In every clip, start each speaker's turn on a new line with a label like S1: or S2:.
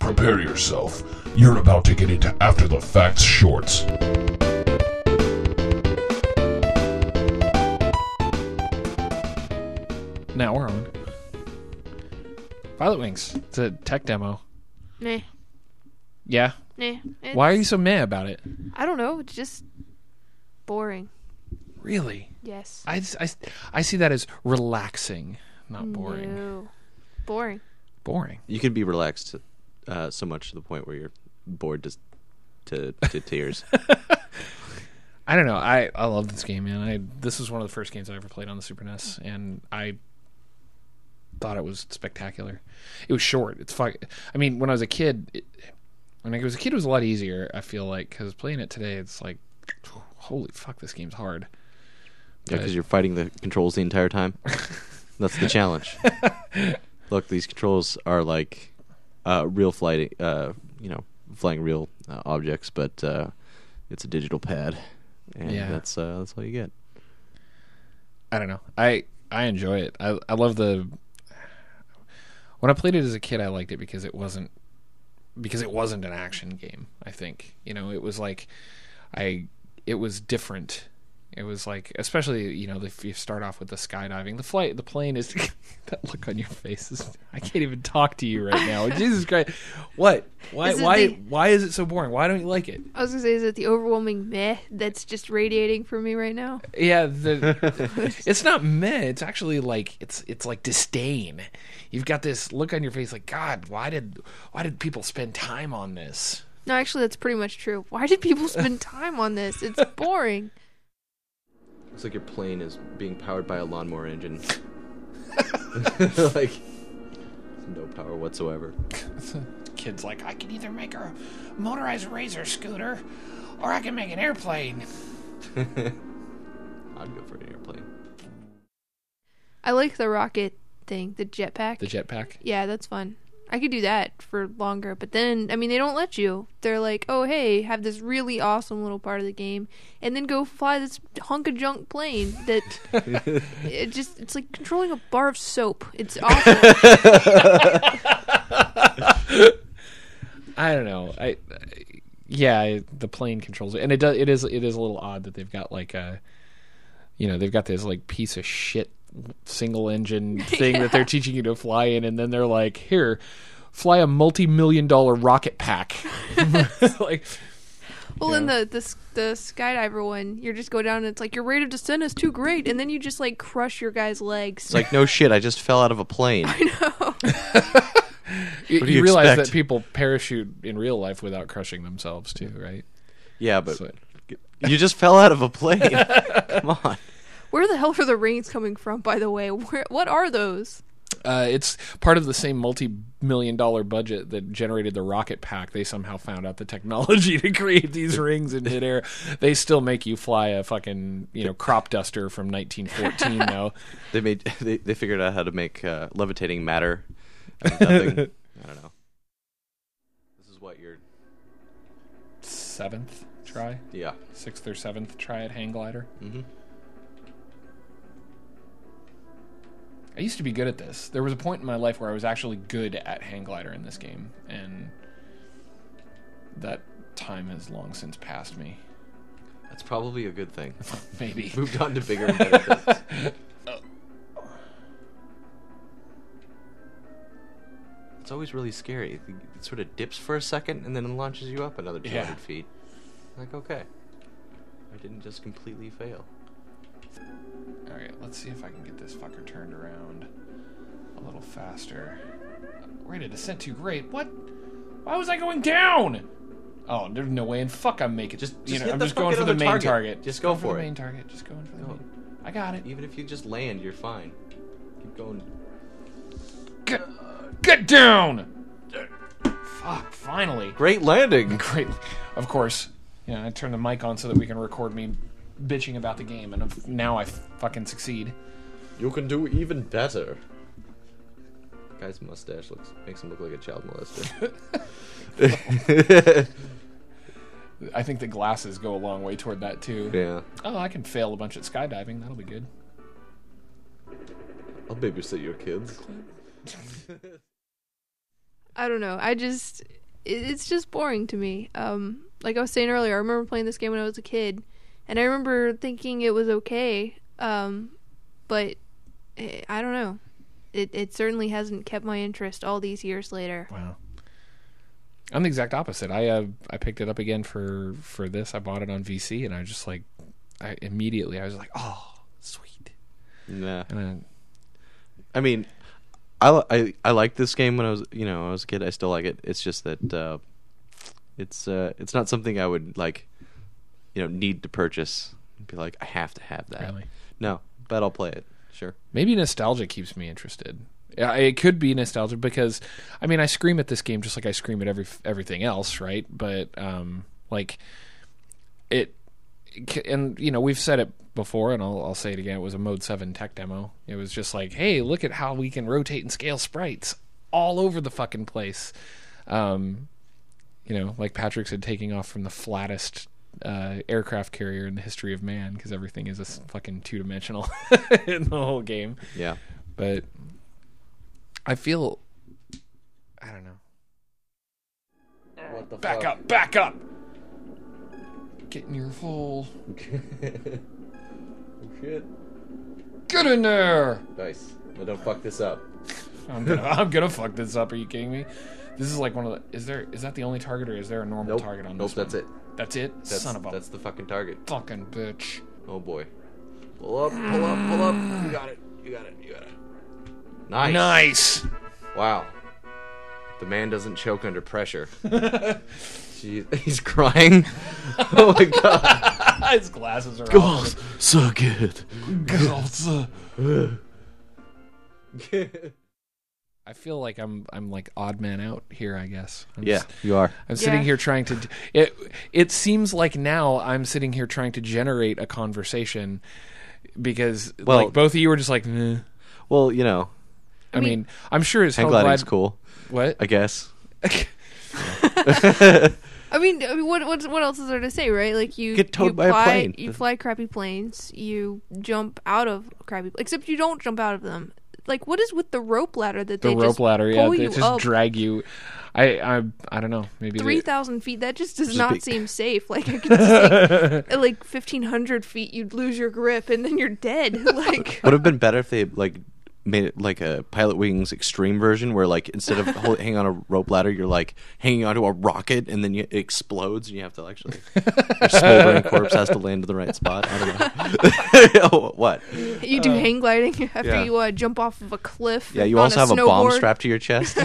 S1: prepare yourself. You're about to get into After the Facts shorts.
S2: Now we're on. Violet Wings. It's a tech demo.
S3: Meh.
S2: Yeah.
S3: Meh. It's-
S2: Why are you so mad about it?
S3: I don't know. It's just boring.
S2: Really?
S3: Yes.
S2: I, s- I s- I see that as relaxing, not boring.
S3: No. Boring.
S2: Boring.
S4: You can be relaxed uh, so much to the point where you're bored to to, to tears.
S2: I don't know. I, I love this game, man. I this was one of the first games I ever played on the Super NES, and I thought it was spectacular. It was short. It's fuck. I mean, when I was a kid, it, when I was a kid, it was a lot easier. I feel like because playing it today, it's like, holy fuck, this game's hard.
S4: Yeah, because you're fighting the controls the entire time. That's the challenge. Look, these controls are like uh, real flight, uh, you know, flying real uh, objects, but uh, it's a digital pad, and
S2: Yeah.
S4: that's uh, that's all you get.
S2: I don't know. I I enjoy it. I I love the when I played it as a kid. I liked it because it wasn't because it wasn't an action game. I think you know it was like I it was different. It was like especially you know if you start off with the skydiving, the flight, the plane is that look on your face is I can't even talk to you right now. Jesus Christ, what? Why?
S3: This is
S2: Why?
S3: the-
S2: Why is it so boring? Why don't you like it?
S3: I was gonna say, is it the overwhelming meh that's just radiating from me right now?
S2: Yeah, the, it's not meh. It's actually like it's it's like disdain. You've got this look on your face, like God, why did why did people spend time on this?
S3: No, actually, that's pretty much true. Why did people spend time on this? It's boring.
S4: Looks like your plane is being powered by a lawnmower engine. like no power whatsoever.
S2: Kids like I can either make a motorized razor scooter, or I can make an airplane.
S4: I'd go for an airplane.
S3: I like the rocket thing, the jetpack.
S2: The jetpack.
S3: yeah, that's fun. I could do that for longer, but then I mean, they don't let you. They're like, oh hey, have this really awesome little part of the game, and then go fly this hunk of junk plane that it just it's like controlling a bar of soap. It's awful.
S2: I don't know. I, I yeah, I- the plane controls it, and it does. It is it is a little odd that they've got like a, you know, they've got this like piece of shit single engine thing that they're teaching you to fly in, and then they're like, here, fly a multi million dollar rocket pack. like,
S3: Well, in
S2: Yeah.
S3: the, the s- the skydiver one, you're just go down and it's like your rate of descent is too great, and then you just like crush your guy's legs.
S4: It's like no shit, I just fell out of a plane.
S2: you,
S4: do you
S2: realize
S4: expect?
S2: that people parachute in real life without crushing themselves too, right?
S4: Yeah, but
S2: So-
S4: you just fell out of a plane. Come on.
S3: Where the hell are the rings coming from? By the way, Where, what are those?
S2: Uh, it's part of the same multi-million dollar budget that generated the rocket pack. They somehow found out the technology to create these rings in midair. They still make you fly a fucking you know crop duster from 1914 though.
S4: They made they, they figured out how to make uh, levitating matter. out of nothing. I don't know. This is what your
S2: Seventh try,
S4: yeah.
S2: sixth or seventh try at hang glider.
S4: hmm
S2: I used to be good at this. There was a point in my life where I was actually good at hang glider in this game, and that time has long since passed me.
S4: That's probably a good thing.
S2: Maybe.
S4: Moved on to bigger and better things. It's always really scary. It sort of dips for a second and then launches you up another 200
S2: Yeah.
S4: feet. Like, okay. I didn't just completely fail.
S2: All right, let's see if I can get this fucker turned around a little faster. Rate of descent too great. What? Why was I going down? Oh, there's no way in fuck I'm making.
S4: Just-
S2: you
S4: just
S2: know,
S4: hit
S2: I'm
S4: the
S2: just going for
S4: fucking
S2: the
S4: other
S2: main
S4: target.
S2: target.
S4: Just
S2: going
S4: go
S2: the
S4: for it.
S2: main target. Just going for the
S4: Go.
S2: main. I got it.
S4: Even if you just land, you're fine. Keep going.
S2: Get, get down. Fuck! Finally.
S4: Great landing!
S2: Great. Of course. Yeah, I turned the mic on so that we can record me bitching about the game, and if- now I fucking succeed.
S4: You can do even better. Guy's mustache looks makes him look like a child molester.
S2: I think the glasses go a long way toward that too.
S4: yeah,
S2: Oh, I can fail a bunch at skydiving. That'll be good.
S4: I'll babysit your kids.
S3: I don't know. I just it- it's just boring to me. Um, like I was saying earlier, I remember playing this game when I was a kid, and I remember thinking it was okay. Um, but eh, I don't know. It it certainly hasn't kept my interest all these years later.
S2: Wow. I'm the exact opposite. I uh, I picked it up again for for this. I bought it on VC, and I was just like, I immediately I was like, oh, sweet.
S4: Nah.
S2: And then
S4: I mean, I li- I I liked this game when I was you know when I was a kid. I still like it. It's just that uh, it's uh, it's not something I would like, you know, need to purchase. Be like, I have to have that.
S2: Really?
S4: No, but I'll play it. Sure.
S2: Maybe nostalgia keeps me interested. Yeah, it could be nostalgia because, I mean, I scream at this game just like I scream at every everything else, right? But um, like it, it ca- and you know, we've said it before, and I'll I'll say it again. It was a Mode Seven tech demo. It was just like, hey, look at how we can rotate and scale sprites all over the fucking place. Um, you know, like Patrick said, taking off from the flattest uh, aircraft carrier in the history of man because everything is a s- fucking two dimensional in the whole game
S4: Yeah.
S2: but I feel I don't know.
S4: What the
S2: Back up, back up. Get in your hole.
S4: Oh, Shit.
S2: Get in there.
S4: Nice. No, don't fuck this up.
S2: I'm gonna I'm gonna fuck this up. Are you kidding me? This is like one of the. Is there is that the only target or is there a normal
S4: Nope.
S2: target on
S4: nope.
S2: this?
S4: That's
S2: one?
S4: it.
S2: That's it.
S4: That's,
S2: Son of a
S4: That's the fucking target.
S2: fucking bitch.
S4: Oh boy. Pull up. Pull up. Pull up. You got it. You got it. You got it. Nice.
S2: Nice.
S4: Wow. The man doesn't choke under pressure. Jeez, he's crying. oh my god.
S2: His glasses are all
S4: so good.
S2: God. I feel like I'm I'm like odd man out here. I guess. I'm
S4: Yeah,
S2: just-
S4: you are.
S2: I'm sitting
S3: Yeah.
S2: here trying to. d- It it seems like now I'm sitting here trying to generate a conversation because
S4: Well-
S2: like both of you were just like, nah.
S4: Well, you know,
S2: I mean, I'm sure it's
S4: hang
S2: hell
S4: gliding's
S2: glad.
S4: cool,
S2: What?
S4: I guess.
S3: I mean, I mean, what what what else is there to say, right? Like you
S4: Get towed
S3: you
S4: by a
S3: fly,
S4: plane.
S3: You fly crappy planes. You jump out of crappy, except you don't jump out of them. Like what is with the rope ladder that
S2: the
S3: they
S2: rope
S3: just
S2: ladder. Yeah,
S3: pull
S2: they
S3: you
S2: just
S3: up
S2: drag you. I I I don't know. Maybe
S3: three
S2: they,
S3: thousand feet? That just does
S4: Just
S3: not
S4: be-
S3: seem safe. Like I could just like, at like fifteen hundred feet, you'd lose your grip and then you're dead. Like
S4: Would have been better if they like made it like a Pilot Wings extreme version, where like instead of hol- hanging on a rope ladder, you're like hanging onto a rocket, and then you, it explodes, and you have to actually your smoldering corpse has to land in the right spot. I don't know. Oh, what?
S3: you do hang gliding after
S4: yeah.
S3: you uh, jump off of a cliff.
S4: Yeah, you
S3: on
S4: also have a bomb
S3: snowboard.
S4: strapped to your chest.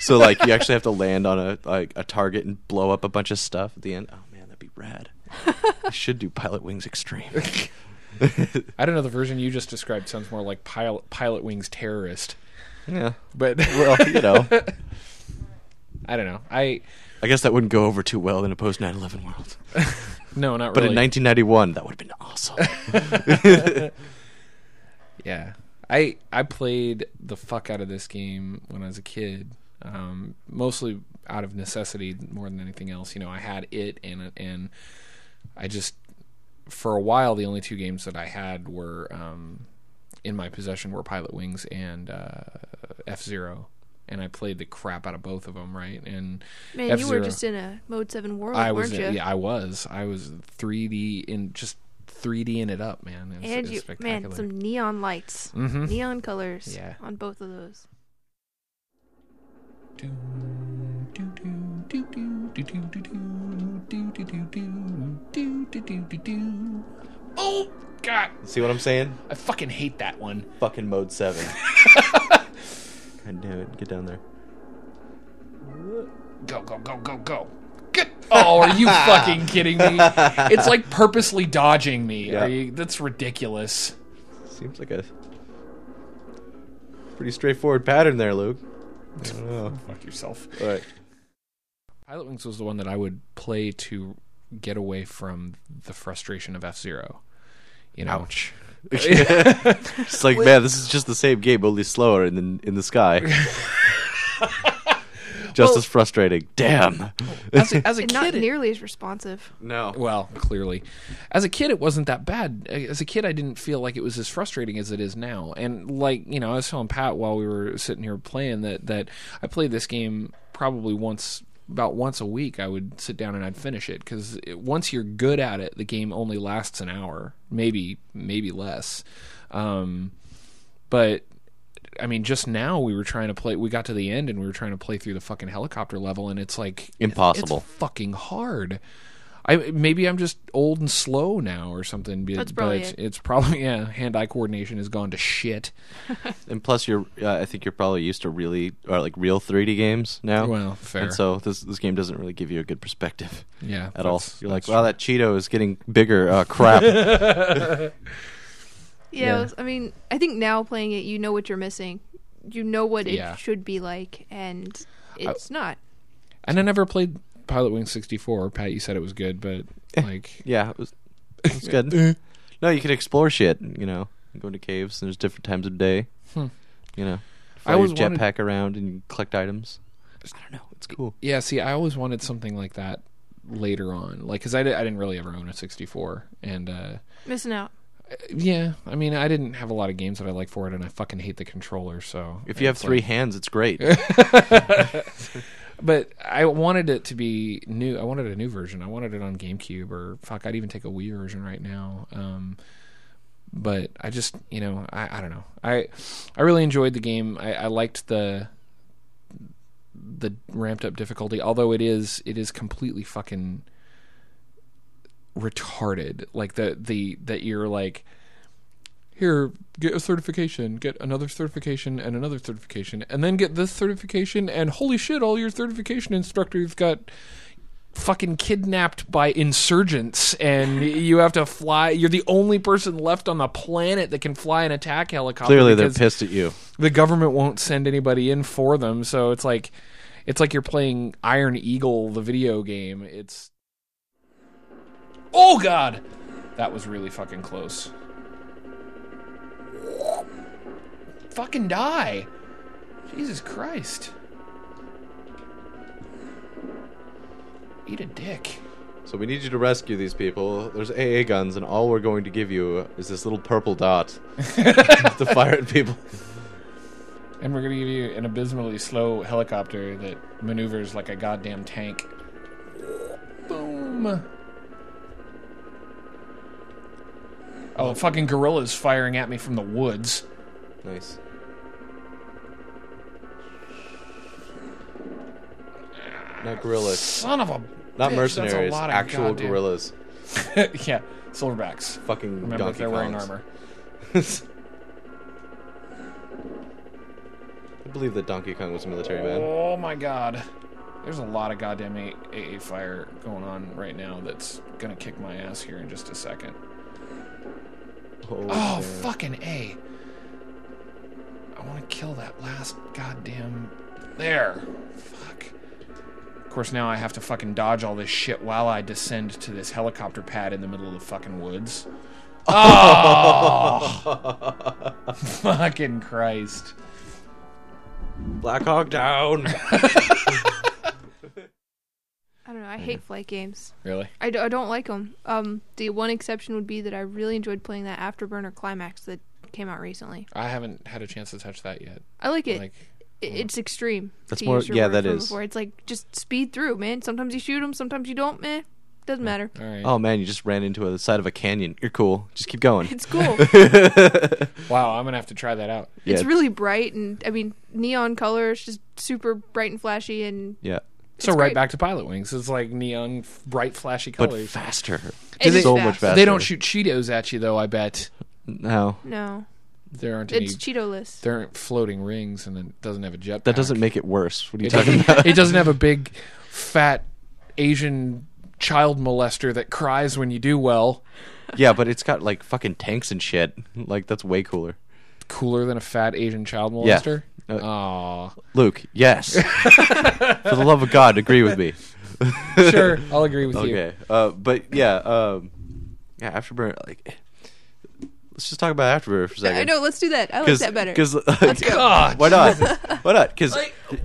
S4: so like you actually have to land on a like a target and blow up a bunch of stuff at the end. Oh man, that'd be rad. I should do Pilot Wings Extreme.
S2: I don't know. The version you just described sounds more like pilot pilot wings terrorist.
S4: yeah.
S2: But
S4: Well, you know,
S2: I don't know. I
S4: I guess that wouldn't go over too well in a post 9/11 world.
S2: no, not
S4: But
S2: really.
S4: in 1991, that would have been awesome.
S2: Yeah. I I played the fuck out of this game when I was a kid, um, mostly out of necessity more than anything else. You know, I had it and and I just for a while the only two games that I had were um, in my possession were Pilot Wings and uh, F Zero, and I played the crap out of both of them. Right, and
S3: Man, you were
S2: F-Zero.
S3: just in a mode seven world,
S2: I
S3: weren't
S2: was
S3: you?
S2: yeah I was I was 3D in just 3D in it up, man. It was,
S3: And
S2: it was
S3: you, man,
S2: spectacular.
S3: some neon lights,
S2: Mhm.
S3: neon colors
S2: Yeah.
S3: on both of those.
S2: Oh God!
S4: See what I'm saying?
S2: I fucking hate that one.
S4: Fucking mode seven. God damn it! Get down there.
S2: Go go go go go. Get- Oh, are you fucking kidding me? It's like purposely dodging me.
S4: Yeah.
S2: Are you, that's ridiculous.
S4: Seems like a pretty straightforward pattern there, Luke. I don't know.
S2: Fuck yourself.
S4: All right.
S2: Pilot Wings was the one that I would play to get away from the frustration of F Zero. You know.
S4: Ouch. it's like, man, this is just the same game, only slower and in, in the sky. just as frustrating. Damn.
S2: As a, as a
S3: And
S2: kid,
S3: not
S2: it-
S3: nearly as responsive.
S4: No.
S2: Well, clearly, as a kid, it wasn't that bad. As a kid, I didn't feel like it was as frustrating as it is now. And like you know, I was telling Pat while we were sitting here playing that that I played this game probably once about once a week, I would sit down and I'd finish it because once you're good at it, the game only lasts an hour, maybe maybe less. Um, but I mean, just now we were trying to play. We got to the end and we were trying to play through the fucking helicopter level, and it's like
S4: Impossible.
S2: It's fucking hard. I maybe I'm just old and slow now or something. but-
S3: That's probably
S2: but
S3: it.
S2: it's probably yeah. Hand-eye coordination has gone to shit.
S4: And plus, you're uh, I think you're probably used to really or like real 3D games now.
S2: Well, fair.
S4: And so this this game doesn't really give you a good perspective
S2: yeah,
S4: at all.
S2: that's-
S4: You're like,
S2: that's
S4: wow, that Cheeto is getting bigger. Uh, crap.
S3: Yeah,
S2: Yeah.
S3: it was- I mean, I think now playing it, you know what you're missing. You know what it
S2: Yeah.
S3: should be like, and it's not.
S2: And I never played Pilot Wing 64. Pat, you said it was good, but like,
S4: yeah, it was, it was
S2: Eh.
S4: good. no, you can explore shit. You know, go into caves and there's different times of day. You know,
S2: Hmm. I
S4: fly your
S2: always wanted-
S4: jetpack around and you collect items. I don't know. It's cool.
S2: yeah. See, I always wanted something like that later on, like, because I, di- I didn't really ever own a 64, and uh,
S3: Missing out.
S2: yeah, I mean, I didn't have a lot of games that I like for it, and I fucking hate the controller. So
S4: If you have
S2: it's
S4: three
S2: like-
S4: hands, it's great.
S2: but I wanted it to be new. I wanted a new version. I wanted it on GameCube or fuck, I'd even take a Wii version right now. Um, but I just, you know, I, I don't know. I I really enjoyed the game. I, I liked the the ramped up difficulty, although it is it is completely fucking retarded. Like the the that you're like here, get a certification, get another certification, and another certification, and then get this certification, and holy shit, all your certification instructors got fucking kidnapped by insurgents, and you have to fly. You're the only person left on the planet that can fly an attack helicopter.
S4: Clearly, they're
S2: because
S4: pissed at you.
S2: The government won't send anybody in for them, so it's like. It's like you're playing Iron Eagle, the video game. It's. Oh, God! That was really fucking close fucking die. Jesus Christ. Eat a dick.
S4: So we need you to rescue these people. There's AA guns, and all we're going to give you is this little purple dot to fire at people.
S2: And we're gonna give you an abysmally slow helicopter that maneuvers like a goddamn tank. Boom. Oh, fucking gorillas firing at me from the woods.
S4: Nice. Not gorillas.
S2: Son of a.
S4: Not
S2: bitch,
S4: mercenaries.
S2: That's a lot of
S4: Actual
S2: goddamn-
S4: gorillas.
S2: yeah, silverbacks.
S4: Fucking
S2: Remember,
S4: Donkey
S2: they're wearing
S4: Kongs.
S2: armor.
S4: I believe that Donkey Kong was a military man.
S2: Oh my god. There's a lot of goddamn A- AA fire going on right now that's gonna kick my ass here in just a second. Oh, fucking A. I wanna kill that last goddamn. There. Fuck. Of course, now I have to fucking dodge all this shit while I descend to this helicopter pad in the middle of the fucking woods. Oh! fucking Christ.
S4: Black Hawk down!
S3: I don't know. I hate flight games.
S2: Really?
S3: I, d- I don't like them. Um, the one exception would be that I really enjoyed playing that Afterburner Climax that came out recently.
S2: I haven't had a chance to touch that yet.
S3: I like it.
S2: Like,
S3: I- it's extreme.
S4: That's
S3: to
S4: more-
S3: use your
S4: yeah,
S3: word
S4: that
S3: from
S4: is.
S3: Before. It's like just speed through, man. Sometimes you shoot them, sometimes you don't. Meh, doesn't matter.
S2: alright.
S4: oh man, you just ran into the side of a canyon. You're cool. Just keep going.
S3: It's cool.
S2: Wow, I'm gonna have to try that out.
S4: Yeah,
S3: it's really bright and I mean neon color. It's just super bright and flashy and
S4: Yeah.
S2: So right
S3: great.
S2: back to Pilot Wings. It's like neon, f- bright, flashy
S4: But
S2: colors.
S4: faster.
S3: It is
S4: so
S3: fast.
S4: much faster.
S2: they don't shoot Cheetos at you, though. I bet
S4: No.
S3: no,
S2: there aren't any.
S3: it's Cheeto-less.
S2: there aren't floating rings, and it doesn't have a jetpack.
S4: That doesn't make it worse. What are you
S2: It
S4: talking
S2: doesn't,
S4: about?
S2: it doesn't have a big, fat Asian child molester that cries when you do well.
S4: yeah, but it's got like fucking tanks and shit. Like that's way cooler.
S2: Cooler than a fat Asian child
S4: Yeah.
S2: molester.
S4: Uh,
S2: Aw.
S4: Luke, yes. For the love of God, agree with me.
S2: sure, I'll agree with you.
S4: Okay. Uh, but yeah, um, yeah, Afterburner. Like, let's just talk about Afterburner for a second.
S3: I know. Let's do that. I like that better.
S4: Because
S2: God.
S4: why not? Why not? Because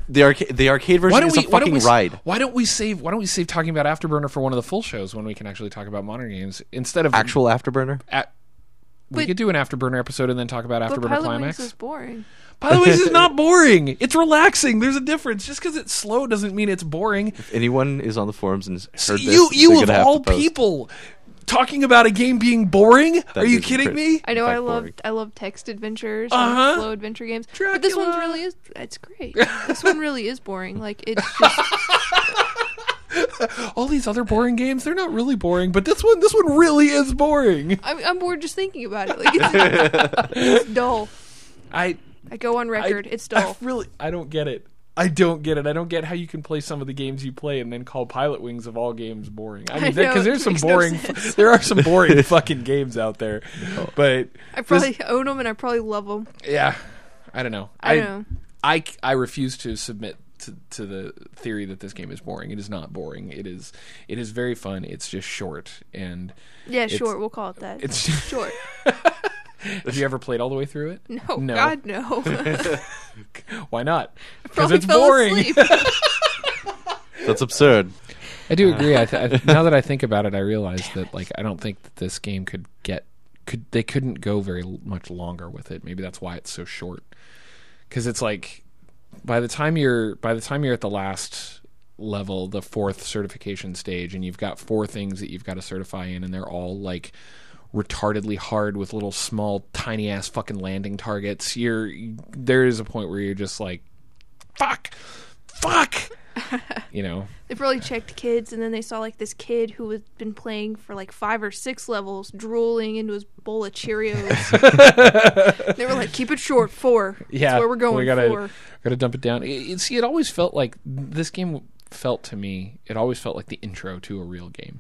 S4: the arcade the arcade
S2: Why
S4: version
S2: don't
S4: is
S2: we?
S4: a
S2: Why don't
S4: fucking
S2: we? s-
S4: ride.
S2: Why don't we save? Why don't we save talking about Afterburner for one of the full shows when we can actually talk about modern games instead of
S4: Actual Afterburner.
S2: at we
S3: But-
S2: could do an afterburner episode and then talk about
S3: But
S2: afterburner
S3: Pilot
S2: climax.
S3: Wings is boring.
S2: Pilot Wings is not boring. It's relaxing. There's a difference. Just because it's slow doesn't mean it's boring.
S4: If anyone is on the forums and has heard
S2: you
S4: this, they're
S2: you of
S4: gonna have to
S2: all
S4: post.
S2: people talking about a game being boring? Are you
S4: is
S2: kidding
S4: crit-
S2: me?
S3: I know
S4: fact,
S3: I love
S4: boring.
S3: I love text adventures,
S2: Uh-huh.
S3: and slow adventure games. But this one
S2: Dracula.
S3: really is it's great. this one really is boring. Like it's just
S2: All these other boring games, they're not really boring, but this one this one really is boring.
S3: I'm, I'm bored just thinking about it. Like it's, it's dull.
S2: I
S3: I go on record.
S2: I-
S3: it's
S2: I
S3: dull.
S2: really I don't get it. I don't get it. I don't get how you can play some of the games you play and then call Pilot Wings of all games boring. I
S3: I
S2: mean, because
S3: know, it
S2: there's some
S3: makes no
S2: boring,
S3: sense.
S2: there are some boring fucking games out there, but
S3: I probably own them and I probably love them.
S2: yeah, I don't know.
S3: I don't know.
S2: I, I refuse to submit to, to the theory that this game is boring. It is not boring. It is it is very fun. It's just short. And
S3: Yeah, short. We'll call it that.
S2: it's
S3: short.
S2: have you ever played all the way through it?
S3: No,
S2: No.
S3: God, no.
S2: Why not? Because
S3: Probably
S2: it's
S3: fell
S2: boring.
S3: asleep.
S4: That's absurd.
S2: I do agree. I th- I, now that I think about it, I realize that like I don't think that this game could get could they couldn't go very l- much longer with it. Maybe that's why it's so short. Because it's like by the time you're by the time you're at the last level, the fourth certification stage, and you've got four things that you've got to certify in, and they're all like retardedly hard with little small tiny ass fucking landing targets. You're there is a point where you're just like, fuck, fuck, you know.
S3: They probably checked kids, and then they saw like this kid who had been playing for like five or six levels, drooling into his bowl of Cheerios. they were like, "Keep it short, four.
S2: yeah,
S3: That's where we're going
S2: We gotta,
S3: for."
S2: gotta dump it down. It, it- see, it always felt like this game felt to me. It always felt like the intro to a real game.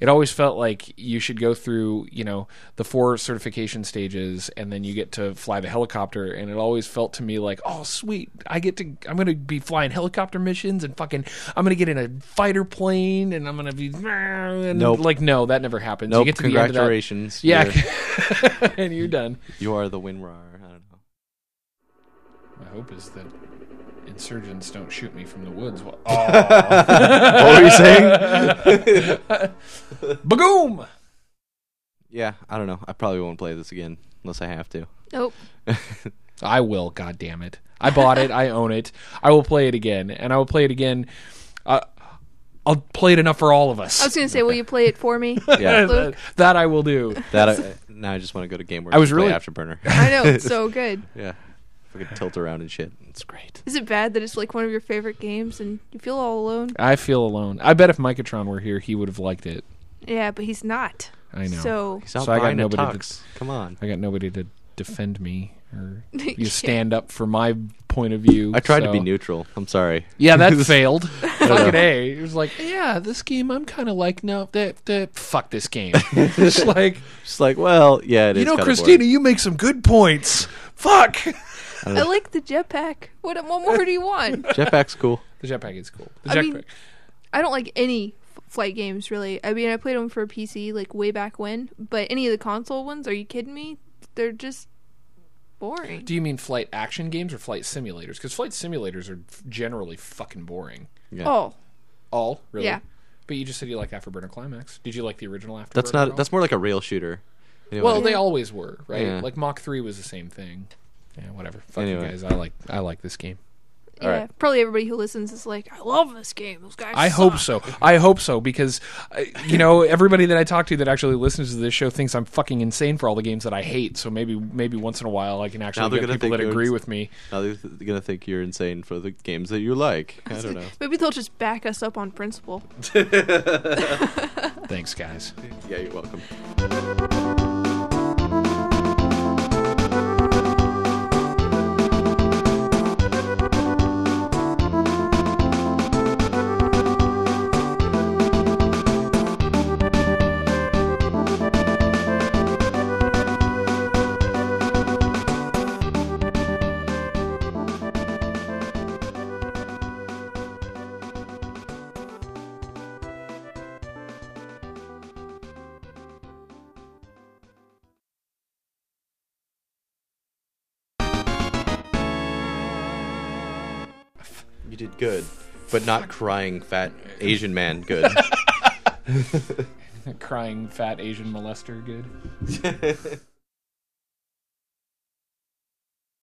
S2: It always felt like you should go through, you know, the four certification stages, and then you get to fly the helicopter. And it always felt to me like, oh, sweet, I get to, I'm gonna be flying helicopter missions, and fucking, I'm gonna get in a fighter plane, and I'm gonna be, and
S4: Nope.
S2: like, no, that never happens.
S4: Nope.
S2: you get to the end of that,
S4: Congratulations.
S2: yeah,
S4: You're-
S2: and you're done.
S4: you are the WinRAR. I don't know.
S2: My hope is that insurgents don't shoot me from the woods. Well,
S4: What were you saying?
S2: Bagoom!
S4: yeah, I don't know. I probably won't play this again unless I have to.
S3: Nope.
S2: I will. God damn it! I bought it. I own it. I will play it again, and I will play it again. Uh, I'll play it enough for all of us.
S3: I was gonna say, "Will you play it for me?"
S4: Yeah,
S2: that, that I will do.
S4: that I, now I just want to go to game where
S2: I was
S4: play
S2: really-
S4: afterburner.
S3: I know it's so good.
S4: yeah, fucking tilt around and shit. It's great.
S3: Is it bad that it's like one of your favorite games and you feel all alone?
S2: I feel alone. I bet if Microtron were here, he would have liked it.
S3: Yeah, but he's not.
S2: I know.
S3: So
S4: He's out
S2: So I got
S4: buying a
S2: nobody to-
S4: tux. Come on.
S2: I got nobody to defend me or you
S3: Yeah.
S2: stand up for my point of view.
S4: I tried to
S2: so-
S4: be neutral. I'm sorry.
S2: Yeah, that failed. Fucking A. It was like, yeah, this game I'm kind of like, no, that, that, fuck this game. Just like,
S4: Just like, well, yeah, it is.
S2: you know,
S4: kinda
S2: Christina,
S4: boring.
S2: you make some good points. Fuck.
S3: I like the jetpack. What, what more do you want?
S4: Jetpack's cool.
S2: The jetpack is cool. The
S3: I
S2: jetpack.
S3: mean- I don't like any f- flight games really. I mean, I played them for PC like way back when, but any of the console ones, are you kidding me? They're just boring.
S2: do you mean flight action games or flight simulators? Because flight simulators are f- generally fucking boring.
S4: Yeah.
S3: Oh,
S2: All really.
S3: Yeah.
S2: But you just said you like Afterburner Climax. Did you like the original Afterburner?
S4: That's
S2: at all?
S4: not. That's more like a rail shooter. Anyway,
S2: well, they always were, right?
S4: Yeah.
S2: Like Mach Three was the same thing. Yeah, whatever. Fuck you
S4: Anyway.
S2: guys. I like. I like this game.
S3: yeah. Probably everybody who listens is like, I love this game. Those guys.
S2: I
S3: suck."
S2: hope so. I hope so because uh, you know everybody that I talk to that actually listens to this show thinks I'm fucking insane for all the games that I hate. So maybe maybe once in a while I can
S4: Now
S2: actually
S4: they're
S2: get
S4: gonna
S2: people
S4: think
S2: that
S4: you're
S2: agree
S4: ins-
S2: with me.
S4: Now they're th- gonna think you're insane for the games that you like. I don't know.
S3: Maybe they'll just back us up on principle.
S2: Thanks, guys.
S4: Yeah, you're welcome. You did good, but not crying, fat Asian man. Good.
S2: Crying fat Asian molester, good.